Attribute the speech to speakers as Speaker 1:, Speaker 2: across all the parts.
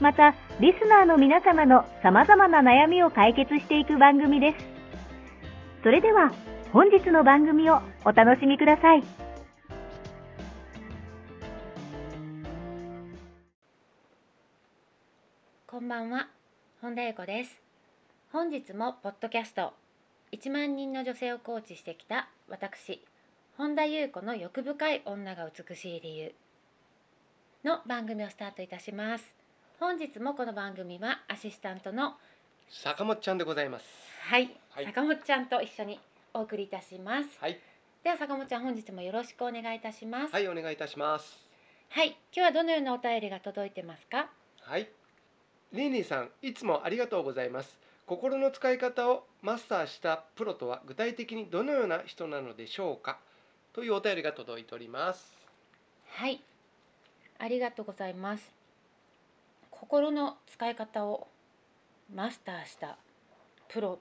Speaker 1: また、リスナーの皆様の様々な悩みを解決していく番組です。それでは、本日の番組をお楽しみください。
Speaker 2: こんばんは、本田裕子です。本日もポッドキャスト1万人の女性をコーチしてきた私、本田裕子の欲深い女が美しい理由の番組をスタートいたします。本日もこの番組はアシスタントの
Speaker 3: 坂本ちゃんでございます。
Speaker 2: はい、
Speaker 3: はい
Speaker 2: 坂本ちゃんと一緒にお送りいたします。
Speaker 3: はい、
Speaker 2: では坂本ちゃん本日もよろしくお願いいたします。
Speaker 3: はい、お願いいたします。
Speaker 2: はい、今日はどのようなお便りが届いてますか。
Speaker 3: はい。ねーねーさん、いつもありがとうございます。心の使い方をマスターしたプロとは具体的にどのような人なのでしょうかというお便りが届いております。
Speaker 2: はい、ありがとうございます。心の使い方をマスターしたプロ、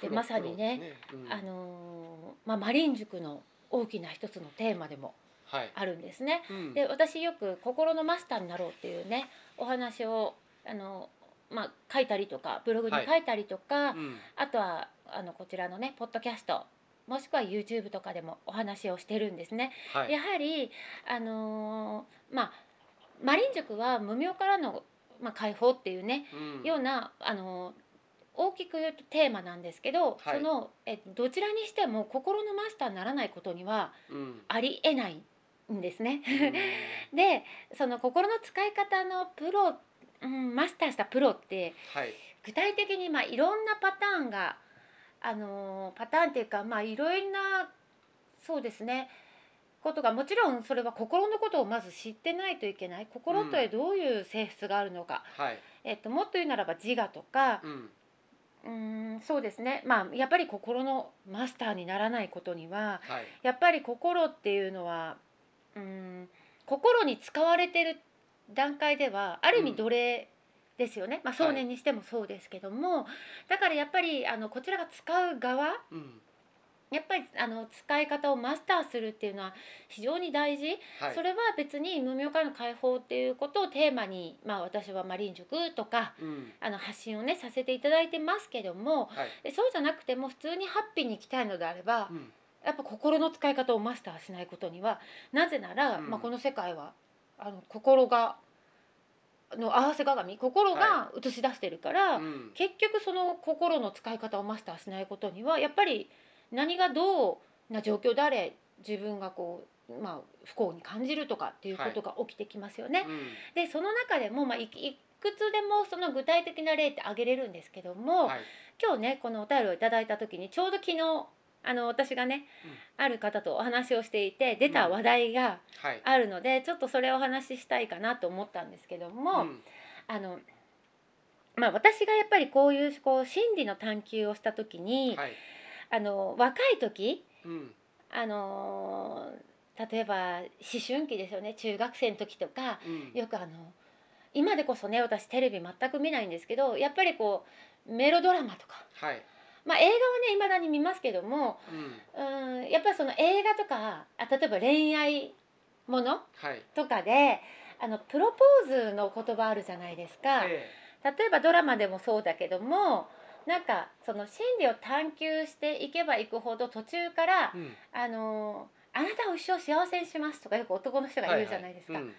Speaker 2: で
Speaker 3: プロ
Speaker 2: まさにね、
Speaker 3: プロですねうん
Speaker 2: あのーまあ、マリン塾の大きな一つのテーマでも
Speaker 3: はい。
Speaker 2: あるんですね。
Speaker 3: うん
Speaker 2: で私よく心のマスターになろうっていうねお話をあのーまあ、書いたりとかブログに
Speaker 3: はい
Speaker 2: 書いたりとか、
Speaker 3: うん
Speaker 2: あとはあのこちらのねポッドキャストもしくは YouTube とかでもお話をしてるんですね。
Speaker 3: はい。
Speaker 2: やはり、あのーまあ、マリン塾は無名からの、まあ、解放っていうね、
Speaker 3: うん
Speaker 2: ような、あのー大きく言うとテーマなんですけど、
Speaker 3: はい
Speaker 2: そのえどちらにしても心のマスターにならないことには
Speaker 3: うん
Speaker 2: ありえないんですね。
Speaker 3: うん
Speaker 2: でその心の使い方のプロ、うん、マスターしたプロって
Speaker 3: はい。
Speaker 2: 具体的に、まあ、いろんなパターンが、あのーパターンっていうか、まあ、いろいろなそうですねことがもちろんそれは心のことをまず知ってないといけない心とはどういう性質があるのか、
Speaker 3: はい。
Speaker 2: えっと、もっと言うならば自我とか
Speaker 3: うん
Speaker 2: うーんそうですね、まあ、やっぱり心のマスターにならないことには
Speaker 3: はい。
Speaker 2: やっぱり心っていうのはうーん心に使われてる段階ではある意
Speaker 3: う
Speaker 2: 味
Speaker 3: ん
Speaker 2: 奴隷ですよね、まあ、
Speaker 3: はい
Speaker 2: 少年にしてもそうですけども、だからやっぱりあのこちらが使う側
Speaker 3: うん
Speaker 2: やっぱりあの使い方をマスターするっていうのは非常に大事、
Speaker 3: はい。
Speaker 2: それは別に無名からの解放っていうことをテーマに、まあ、私はマリン塾とか
Speaker 3: うん
Speaker 2: あの発信をねさせていただいてますけども
Speaker 3: はい。
Speaker 2: そうじゃなくても普通にハッピーに生きたいのであれば、
Speaker 3: うん
Speaker 2: やっぱ心の使い方をマスターしないことにはなぜなら、
Speaker 3: うん
Speaker 2: まあ、この世界はあの心がの合わせ鏡心が映し出してるから、
Speaker 3: うん
Speaker 2: 結局その心の使い方をマスターしないことにはやっぱり何がどうな状況であれ自分がこう、まあ、不幸に感じるとかっていうことが起きてきますよね。
Speaker 3: うん
Speaker 2: でその中でも、まあ、いくいくつでもその具体的な例って挙げれるんですけども、
Speaker 3: はい。
Speaker 2: 今日ねこのお便りをいただいた時にちょうど昨日あの私がね、ある方とお話をしていて出た話題が
Speaker 3: はい。
Speaker 2: あるので、ちょっとそれをお話ししたいかなと思ったんですけども、
Speaker 3: うん
Speaker 2: あのまあ、私がやっぱりこういうこう心理の探求をした時に、
Speaker 3: はい。
Speaker 2: あの若い時
Speaker 3: うん
Speaker 2: あの例えば思春期ですよね中学生の時とか
Speaker 3: うん
Speaker 2: よくあの今でこそね私テレビ全く見ないんですけどやっぱりこうメロドラマとか
Speaker 3: はい。
Speaker 2: まあ、映画はね未だに見ますけども
Speaker 3: うん
Speaker 2: うんやっぱりその映画とかあ例えば恋愛もの
Speaker 3: はい。
Speaker 2: とかであのプロポーズの言葉あるじゃないですか、
Speaker 3: え
Speaker 2: 例えばドラマでもそうだけどもなんかその心理を探求していけばいくほど途中から
Speaker 3: えうん
Speaker 2: 「あのあなたを一生幸せにします」とかよく男の人が言うじゃないですか。
Speaker 3: はいはいうん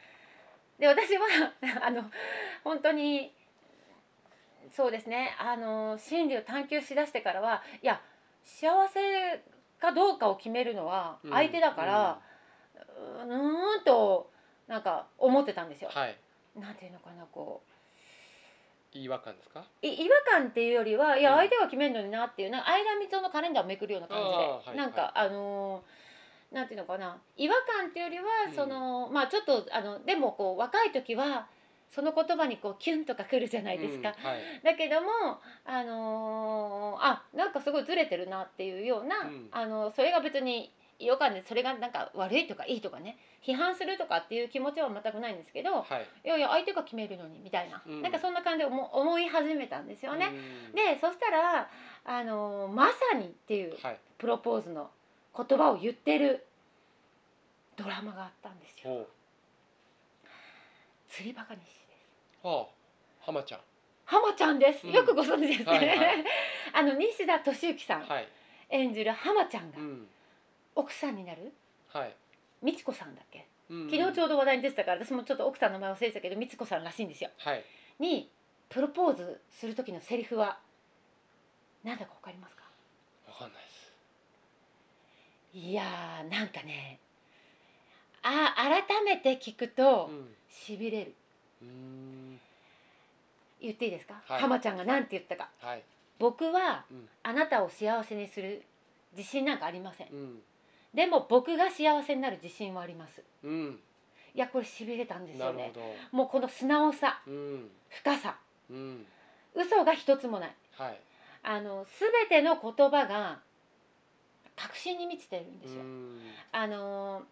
Speaker 2: で私はあの本当にそうですねあの真理を探求しだしてからはいや幸せかどうかを決めるのは
Speaker 3: うん
Speaker 2: 相手だから、うーん、んとなんか思ってたんですよ。
Speaker 3: はい
Speaker 2: なんていうのかなこ
Speaker 3: 違和感ですか
Speaker 2: うい違和感っていうよりはいや
Speaker 3: うん
Speaker 2: 相手が決めるのになっていうなんか相田みつをのカレンダーをめくるような感じで、
Speaker 3: あーはい
Speaker 2: なんか、あのーなんていうのかな違和感っていうよりは
Speaker 3: うん
Speaker 2: その、まあちょっとあのでもこう若い時はその言葉にこうキュンとかくるじゃないですか、
Speaker 3: うんはい
Speaker 2: だけどもあのーあなんかすごいずれてるなっていうような、
Speaker 3: うん
Speaker 2: あのそれが別に違和感でそれがなんか悪いとかいいとかね批判するとかっていう気持ちは全くないんですけど
Speaker 3: はい
Speaker 2: いやいや相手が決めるのにみたいな、
Speaker 3: うん
Speaker 2: なんかそんな感じで思思い始めたんですよね。
Speaker 3: うん
Speaker 2: でそしたら、あのーまさに」っていう
Speaker 3: はい
Speaker 2: プロポーズの言葉を言ってるドラマがあったんですよ。
Speaker 3: ほ
Speaker 2: 釣りバカにしです
Speaker 3: うはあ浜ちゃん
Speaker 2: 浜ちゃんです。
Speaker 3: うん
Speaker 2: よくご存知ですね。
Speaker 3: はいはい
Speaker 2: あの西田敏行さん、
Speaker 3: はい
Speaker 2: 演じる浜ちゃんが
Speaker 3: うん
Speaker 2: 奥さんになる
Speaker 3: はい
Speaker 2: 美智子さんだっけ
Speaker 3: 昨
Speaker 2: 昨日ちょうど話題に出てたから私もちょっと奥さんの名前忘れてたけど美智子さんらしいんですよ
Speaker 3: はい
Speaker 2: にプロポーズする時のセリフは何だか分かりますか
Speaker 3: わかんないです
Speaker 2: いやーなんかねあ改めて聞くと
Speaker 3: うん
Speaker 2: しびれる
Speaker 3: うーん
Speaker 2: 言っていいですか、
Speaker 3: はい
Speaker 2: 浜ちゃんが何て言ったか
Speaker 3: はい
Speaker 2: 僕は
Speaker 3: うん
Speaker 2: あなたを幸せにする自信なんかありません
Speaker 3: うん
Speaker 2: でも僕が幸せになる自信はあります
Speaker 3: うん
Speaker 2: いやこれしびれたんです
Speaker 3: な
Speaker 2: よ
Speaker 3: るほ
Speaker 2: ね
Speaker 3: ど
Speaker 2: もうこの素直さ
Speaker 3: うん
Speaker 2: 深さ
Speaker 3: うん
Speaker 2: 嘘が一つもない
Speaker 3: はい
Speaker 2: あの全ての言葉が確信に満ちてるんですよ、
Speaker 3: うん
Speaker 2: あのー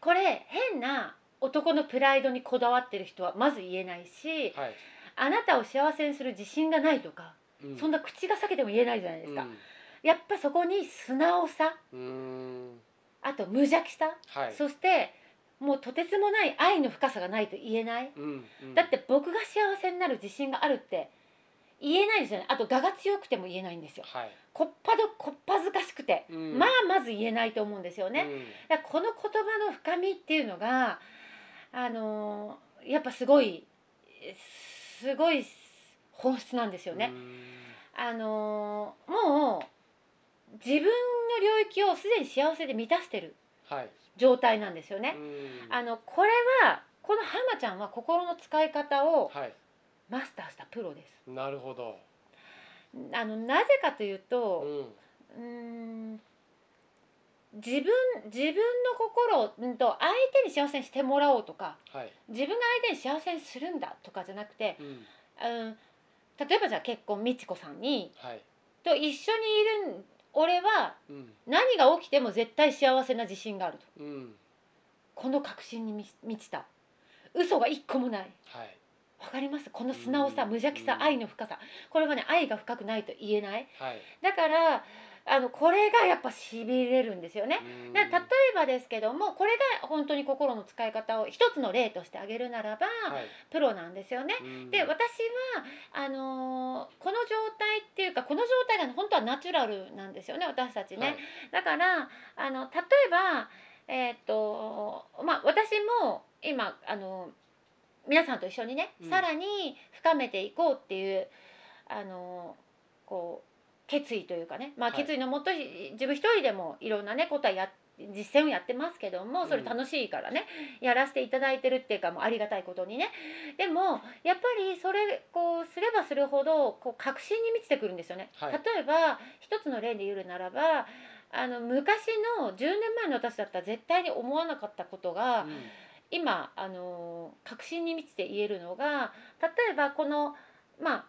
Speaker 2: これ変な男のプライドにこだわってる人はまず言えないし
Speaker 3: はい
Speaker 2: あなたを幸せにする自信がないとか、そん
Speaker 3: な
Speaker 2: な口が裂けても言えないじゃないですか、やっぱそこに素直さ
Speaker 3: うんうん
Speaker 2: あと無邪気さ、
Speaker 3: はい
Speaker 2: そしてもうとてつもない愛の深さがないと言えない、
Speaker 3: うんうん
Speaker 2: だって僕が幸せになる自信があるって言えないじゃないあと我が強くても言えないんですよ
Speaker 3: はい
Speaker 2: こっぱどこっぱずかしくて、
Speaker 3: うん
Speaker 2: まあまず言えないと思うんですよね、
Speaker 3: うん
Speaker 2: だからこの言葉の深みっていうのがあのーやっぱすごいえすごい本質なんですよね、あのーもう自分の領域をすでに幸せで満たしてる
Speaker 3: うんはい
Speaker 2: 状態なんですよね、
Speaker 3: うん
Speaker 2: あのこれはこのハマちゃんは心の使い方を
Speaker 3: はい
Speaker 2: マスターしたプロです
Speaker 3: なるほど
Speaker 2: あのなぜかというと、
Speaker 3: うん
Speaker 2: うーん自分自分の心をうんと相手に幸せにしてもらおうとか
Speaker 3: はい
Speaker 2: 自分が相手に幸せにするんだとかじゃなくて、
Speaker 3: うん
Speaker 2: うん、例えばじゃあ結婚美智子さんに
Speaker 3: はい
Speaker 2: と一緒にいるん俺は
Speaker 3: うん
Speaker 2: 何が起きても絶対幸せな自信があると
Speaker 3: うん
Speaker 2: この確信に満ち満ちた嘘が一個もない
Speaker 3: はい
Speaker 2: わかりますこの素直さ
Speaker 3: うん
Speaker 2: 無邪気
Speaker 3: う
Speaker 2: さ
Speaker 3: ん
Speaker 2: 愛の深さこれはね愛が深くないと言えない
Speaker 3: はい
Speaker 2: だからあのこれがやっぱしびれるんですよね
Speaker 3: うん
Speaker 2: な例えばですけどもこれが本当に心の使い方を一つの例として挙げるならば、
Speaker 3: はい
Speaker 2: プロなんですよね。
Speaker 3: うん
Speaker 2: で私はあのーこの状態っていうかこの状態が本当はナチュラルなんですよね私たちね。
Speaker 3: はい
Speaker 2: だからあの例えば、えーっとまあ、私も今あの皆さんと一緒にね、
Speaker 3: うん
Speaker 2: さらに深めていこうっていうあのこう決意というかね、まあ、
Speaker 3: はい
Speaker 2: 決意のもと、自分一人でもいろんなねことはや実践をやってますけどもそれ楽しいからね、やらせていただいてるっていうかもうありがたいことにねでもやっぱりそれこうすればするほどこう確信に満ちてくるんですよね、
Speaker 3: はい
Speaker 2: 例えば一つの例で言うならばあの昔の10年前の私だったら絶対に思わなかったことが、
Speaker 3: うん
Speaker 2: 今あの確信に満ちて言えるのが例えばこのまあ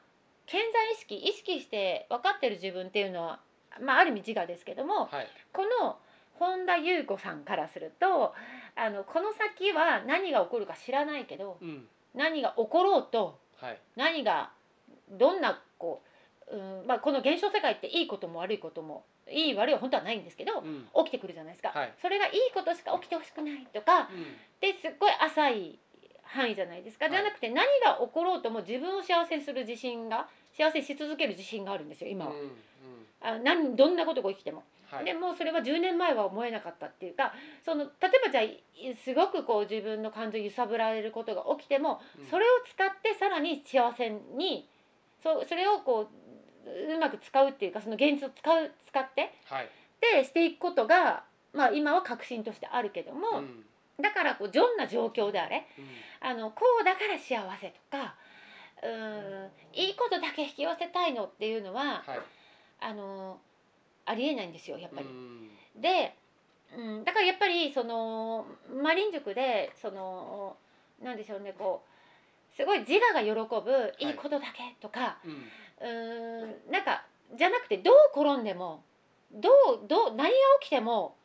Speaker 2: 健在意識意識して分かってる自分っていうのは、まあ、ある意味自我ですけども
Speaker 3: はい
Speaker 2: この本田裕子さんからするとあのこの先は何が起こるか知らないけど
Speaker 3: うん
Speaker 2: 何が起ころうと
Speaker 3: はい
Speaker 2: 何がどんなこう、うんまあ、この現象世界っていいことも悪いこともいい悪いは本当はないんですけど
Speaker 3: うん
Speaker 2: 起きてくるじゃないですか、
Speaker 3: はい
Speaker 2: それがいいことしか起きてほしくないとか
Speaker 3: うん
Speaker 2: ですっごい浅い範囲じゃないですか、
Speaker 3: はい
Speaker 2: じゃなくて何が起ころうとも自分を幸せにする自信が幸せにし続ける自信があるんですよ今は、
Speaker 3: うんうん
Speaker 2: あ何どんなことが起きても、
Speaker 3: はい
Speaker 2: でもうそれは10年前は思えなかったっていうかその例えばじゃあいすごくこう自分の感情を揺さぶられることが起きても
Speaker 3: うん
Speaker 2: それを使ってさらに幸せにそうそれをこううまく使うっていうかその現実を使う使って
Speaker 3: はい、
Speaker 2: でしていくことが、まあ、今は革新としてあるけど
Speaker 3: うん
Speaker 2: も、だからこうどんな状況であれ
Speaker 3: うん
Speaker 2: あのこうだから幸せとかうーんいいことだけ引き寄せたいのっていうのは、
Speaker 3: はい
Speaker 2: あのありえないんですよやっぱり。
Speaker 3: うん
Speaker 2: で、うん、だからやっぱりそのマリン塾でそのなんでしょうねこうすごい自我が喜ぶいいことだけとか、
Speaker 3: うん
Speaker 2: うーんなんかじゃなくてどう転んでもどうどう何が起きても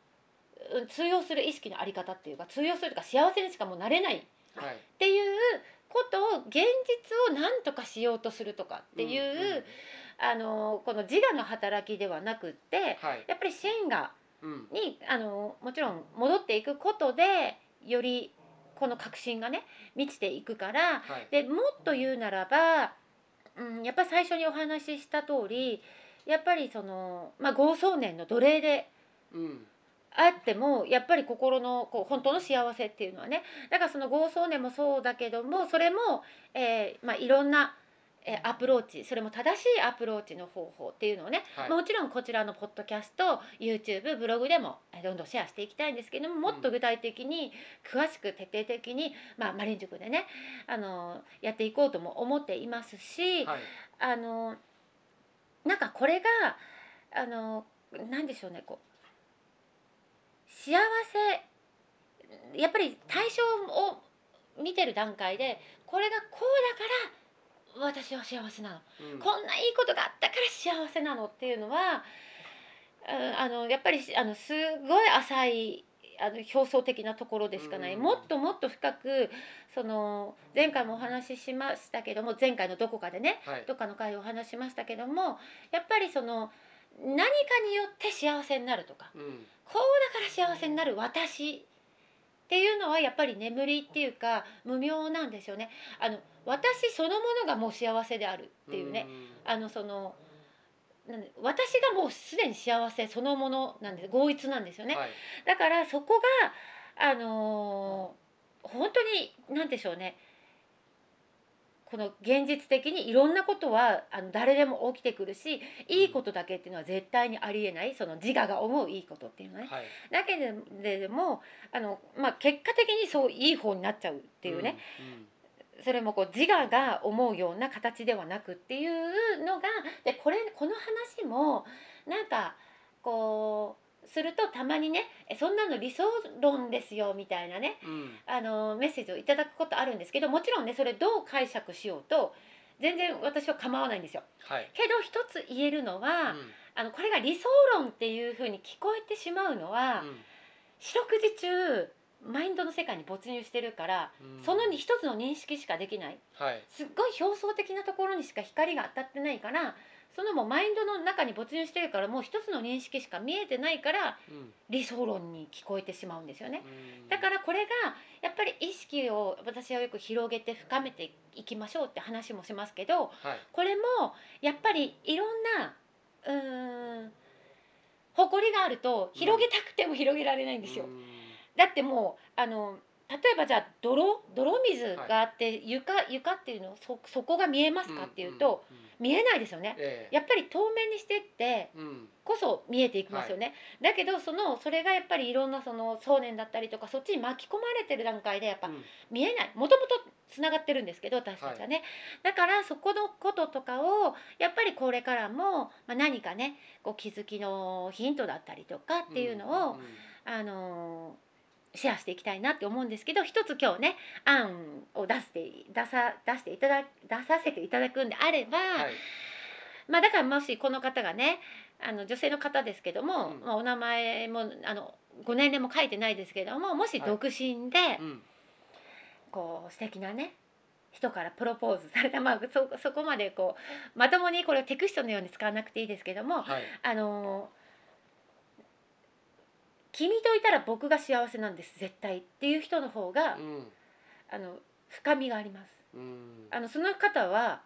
Speaker 2: うん通用する意識のあり方っていうか通用するというか幸せにしかもうなれないっ
Speaker 3: はい、って
Speaker 2: いうことを現実を何とかしようとするとかっていう、あのこの自我の働きではなくって
Speaker 3: はい、
Speaker 2: やっぱりシェンが
Speaker 3: うん、
Speaker 2: にあのもちろん戻っていくことでよりこの確信がね満ちていくから、
Speaker 3: はい、
Speaker 2: でもっと言うならば、うん、やっぱり最初にお話しした通りやっぱりその、まあ、豪壮年の奴隷で
Speaker 3: うん、
Speaker 2: あってもやっぱり心のこう本当の幸せっていうのはねだからその豪壮年もそうだけどもそれも、えーまあ、いろんな、えーアプローチそれも正しいアプローチの方法っていうのをね、
Speaker 3: はい、
Speaker 2: もちろんこちらのポッドキャスト YouTube ブログでもえーどんどんシェアしていきたいんですけどももっと具体的に詳しく徹底的に、まあ、マリン塾でねあのーやっていこうとも思っていますし、
Speaker 3: はい、
Speaker 2: あのーなんかこれがあのーなんでしょうねこう幸せやっぱり対象を見てる段階でこれがこうだから私は幸せなの
Speaker 3: うん
Speaker 2: こんないいことがあったから幸せなのっていうのは、うん、あのやっぱりあのすごい浅いあの表層的なところでしかない、
Speaker 3: うん
Speaker 2: もっともっと深くその前回もお話ししましたけども前回のどこかでね
Speaker 3: はい、
Speaker 2: どっかの回でお話ししましたけどもやっぱりその何かによって幸せになるとか
Speaker 3: うん、
Speaker 2: こうだから幸せになる私っていうのはやっぱり眠りっていうか無明なんですよねあの私そのものがもう幸せであるっていうね、あのそのなんで私がもうすでに幸せそのものなんです合一なんですよ
Speaker 3: うん、
Speaker 2: ね、
Speaker 3: はい、
Speaker 2: だからそこがあのー本当に何でしょうねこの現実的にいろんなことはあの誰でも起きてくるしいいことだけっていうのは絶対にありえないその自我が思ういいことっていうのはね
Speaker 3: はい、っ
Speaker 2: だけれどもあの、まあ、結果的にそういい方になっちゃうっていうね、、
Speaker 3: うん
Speaker 2: それもこう自我が思うような形ではなくっていうのがでこれこの話もなんかこうするとたまにね「えそんなの理想論ですよ」みたいなね
Speaker 3: うん、うん
Speaker 2: あのメッセージをいただくことあるんですけどもちろんねそれどう解釈しようと全然私は構わないんですよ。
Speaker 3: はい、
Speaker 2: けど一つ言えるのは、
Speaker 3: うん
Speaker 2: あのこれが理想論っていうふうに聞こえてしまうのは、四六時中マインドの世界に没入してるから
Speaker 3: うん、
Speaker 2: その一つの認識しかできない。
Speaker 3: はい、
Speaker 2: すっごい表層的なところにしか光が当たってないからそのもうマインドの中に没入してるからもう一つの認識しか見えてないから
Speaker 3: うん
Speaker 2: 理想論に聞こえてしまうんですよね。
Speaker 3: うん
Speaker 2: だからこれがやっぱり意識を私はよく広げて深めていきましょうって話もしますけど
Speaker 3: はい、
Speaker 2: これもやっぱりいろんなうーん誇りがあると広げたくても広げられないんですよ
Speaker 3: う。ん
Speaker 2: だってもうあの例えばじゃあ泥泥水があって、床床っていうのそそこが見えますかっていうと、、
Speaker 3: んんん
Speaker 2: 見えないですよね。
Speaker 3: ええ、
Speaker 2: やっぱり透明にしてって
Speaker 3: うん、
Speaker 2: こそ見えていきますよね、だけどそのそれがやっぱりいろんなその想念だったりとかそっちに巻き込まれてる段階でやっぱ
Speaker 3: うん
Speaker 2: 見えないもともとつながってるんですけど私たちはね、だからそこのこととかをやっぱりこれからも、まあ、何かねこう気づきのヒントだったりとかっていうのを、
Speaker 3: んん
Speaker 2: あのーシェアしていきたいなって思うんですけど一つ今日ね案を出して出さ出していただ出させていただくんであれば、
Speaker 3: はい、
Speaker 2: まあだからもしこの方がねあの女性の方ですけども、
Speaker 3: うん
Speaker 2: まあ、お名前もあのご年齢も書いてないですけどももし
Speaker 3: はい
Speaker 2: 独身で、
Speaker 3: うん、
Speaker 2: こう素敵なね人からプロポーズされたまあそそこまでこうまともにこれをテクストのように使わなくていいですけども、
Speaker 3: はい、
Speaker 2: あの君といたら僕が幸せなんです絶対っていう人の方が、
Speaker 3: うん、
Speaker 2: あの深みがあります
Speaker 3: うん、
Speaker 2: あのその方は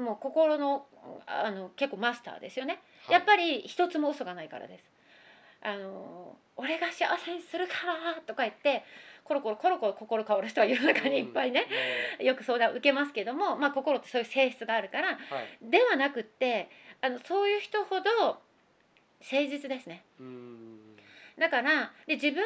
Speaker 2: もう心のあの結構マスターですよね、やっぱり一つも嘘がないからですあの俺が幸せにするからとか言ってコロコロコロコロ心変わる人は世の中にいっぱいね、よく相談を受けますけども、まあ、心ってそういう性質があるから
Speaker 3: うん。はい。
Speaker 2: ではなくってあのそういう人ほど誠実ですね
Speaker 3: うーん。
Speaker 2: だからで自分も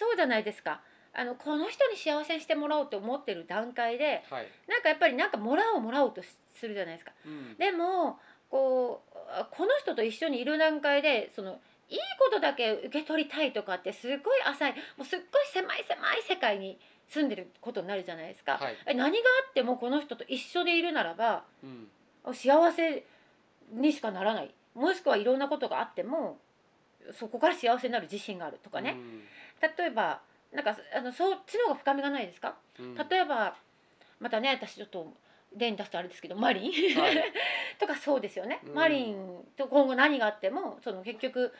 Speaker 2: そうじゃないですかあのこの人に幸せにしてもらおうと思ってる段階で
Speaker 3: はい。
Speaker 2: なんかやっぱりなんかもらおうもらおうとしするじゃないですか
Speaker 3: うん。
Speaker 2: でもこうあこの人と一緒にいる段階でそのいいことだけ受け取りたいとかってすごい浅いもうすっごい狭い狭い世界に住んでることになるじゃないですか、
Speaker 3: はい。
Speaker 2: え何があってもこの人と一緒でいるならば
Speaker 3: うん。
Speaker 2: 幸せにしかならないもしくはいろんなことがあってもそこから幸せになる自信があるとかね、例えばなんかあのそっちの方が深みがないですか、
Speaker 3: うん。うん。
Speaker 2: 例えばまたね私ちょっと例に出すとあれですけどマリン、
Speaker 3: はい
Speaker 2: とかそうですよね、
Speaker 3: うん
Speaker 2: マリンと今後何があってもその結局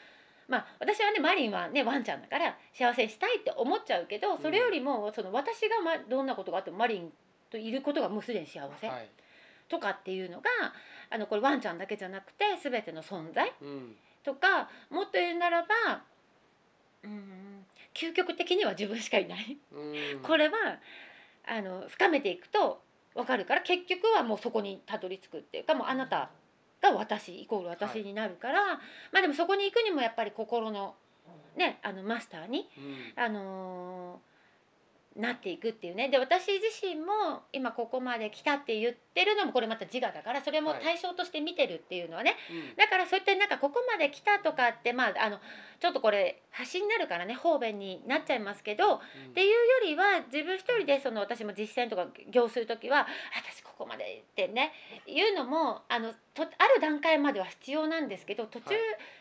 Speaker 2: まあ私はねマリンはねワンちゃんだから幸せにしたいって思っちゃうけどそれよりもその私が、ま、どんなことがあってもマリンといることがもうすでに幸せ
Speaker 3: はい。
Speaker 2: とかっていうのがあのこれワンちゃんだけじゃなくて全ての存在
Speaker 3: うん。
Speaker 2: とかもっと言うならばうーん究極的には自分しかいない。
Speaker 3: うん。
Speaker 2: これはあの深めていくと分かるから結局はもうそこにたどり着くっていうかもうあなたが私イコール私になるから、まあでもそこに行くにもやっぱり心の,、ね、あのマスターに、
Speaker 3: うん。
Speaker 2: あのーなっていくっていうねで私自身も今ここまで来たって言ってるのもこれまた自我だからそれも対象として見てるっていうのはね、
Speaker 3: うん。
Speaker 2: だからそういったなんかここまで来たとかってまああのちょっとこれ端になるからね方便になっちゃいますけど
Speaker 3: うん
Speaker 2: っていうよりは自分一人でその私も実践とか業する時はあ私ここまでってね言うのもあのとある段階までは必要なんですけど途中
Speaker 3: はい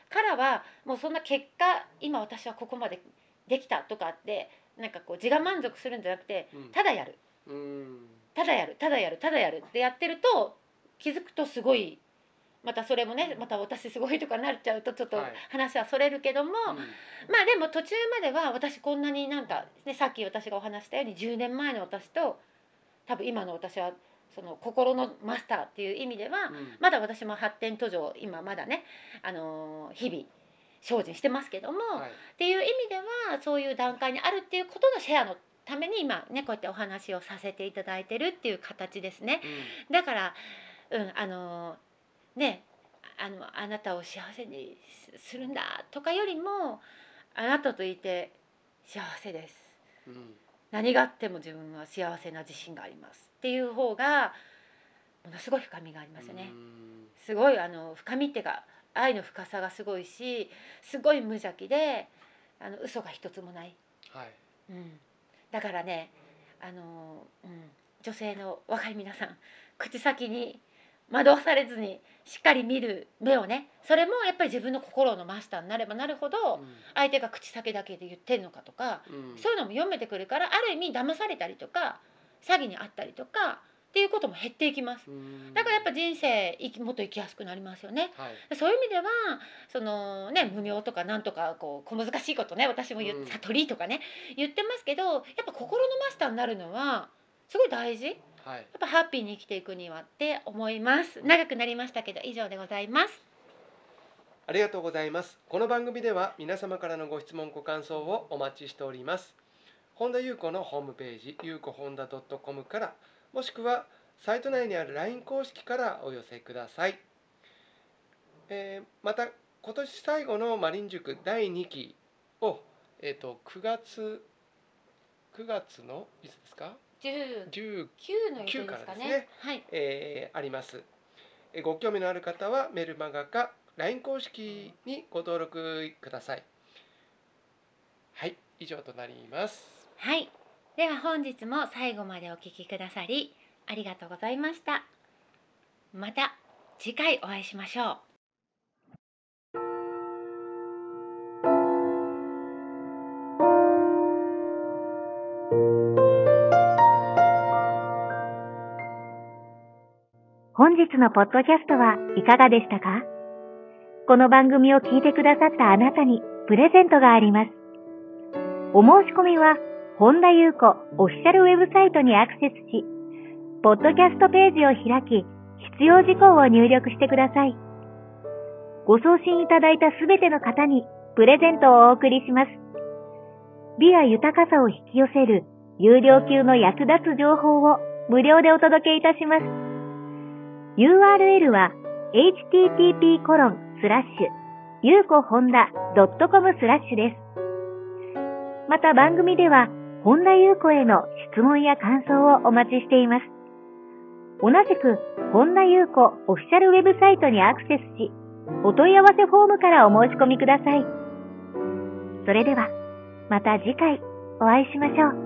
Speaker 2: からはもうそんな結果今私はここまでできたとかってなんかこう自我満足するんじゃなくて
Speaker 3: うん。
Speaker 2: ただやる
Speaker 3: うん。
Speaker 2: ただやるただやるただやるってやってると気づくとすごいまたそれもねまた私すごいとかなっちゃうとちょっと
Speaker 3: はい
Speaker 2: 話はそれるけども。
Speaker 3: うん
Speaker 2: まあでも途中までは私こんなになんか、ね、さっき私がお話したように10年前の私と多分今の私はその心のマスターっていう意味では
Speaker 3: うん
Speaker 2: まだ私も発展途上今まだね、あのー日々精進してますけども、
Speaker 3: はい
Speaker 2: っていう意味ではそういう段階にあるっていうことのシェアのために今ねこうやってお話をさせていただいてるっていう形ですね。
Speaker 3: うん
Speaker 2: だから、うん、あのねあのあなたを幸せにすするんだとかよりもあなたといて幸せです
Speaker 3: うん
Speaker 2: 何があっても自分は幸せな自信がありますっていう方がものすごい深みがありますよね。
Speaker 3: うん
Speaker 2: すごいあの深みってか愛の深さがすごいしすごい無邪気であの嘘が一つもない
Speaker 3: はい
Speaker 2: うん、だからねあの、うん、女性の若い皆さん口先に惑わされずにしっかり見る目をねそれもやっぱり自分の心のマスターになればなるほど、相手が口先だけで言ってるのかとか、
Speaker 3: うんうん
Speaker 2: そういうのも読めてくるからある意味騙されたりとか詐欺にあったりとかっていうことも減っていきます。
Speaker 3: うん
Speaker 2: だからやっぱ人生生きもっと生きやすくなりますよね。
Speaker 3: はい
Speaker 2: そういう意味ではそのね無名とかなんとかこう小難しいことね私も言っ、
Speaker 3: うん
Speaker 2: 悟りとかね言ってますけどやっぱ心のマスターになるのはすごい大事や
Speaker 3: はい
Speaker 2: っぱハッピーに生きていくにはって思います長くなりましたけど以上でございます
Speaker 3: ありがとうございます。この番組では皆様からのご質問ご感想をお待ちしております。本田裕子のホームページ、ゆうこほんだ .com から、もしくはサイト内にある LINE 公式からお寄せください。えーまた、今年最後のマリン塾第2期を、えー、と9月9月のいつですか
Speaker 2: 19
Speaker 3: 19
Speaker 2: の予定
Speaker 3: 予定で
Speaker 2: ですす
Speaker 3: か
Speaker 2: か
Speaker 3: ね
Speaker 2: ねはい
Speaker 3: えーあります、えーご興味のある方はメルマガか LINE 公式にご登録くださいはい以上となります
Speaker 2: はいでは本日も最後までお聞きくださりありがとうございましたまた次回お会いしましょう
Speaker 1: 本日のポッドキャストはいかがでしたかこの番組を聞いてくださったあなたにプレゼントがあります。お申し込みは、本田裕子オフィシャルウェブサイトにアクセスし、ポッドキャストページを開き、必要事項を入力してください。ご送信いただいたすべての方にプレゼントをお送りします。美や豊かさを引き寄せる有料級の役立つ情報を無料でお届けいたします。URL は http コロンスラッシュゆうこほんだ .com スラッシュです。また番組では本田ゆうこへの質問や感想をお待ちしています。同じく本田ゆうこオフィシャルウェブサイトにアクセスし、お問い合わせフォームからお申し込みください。それでは、また次回お会いしましょう。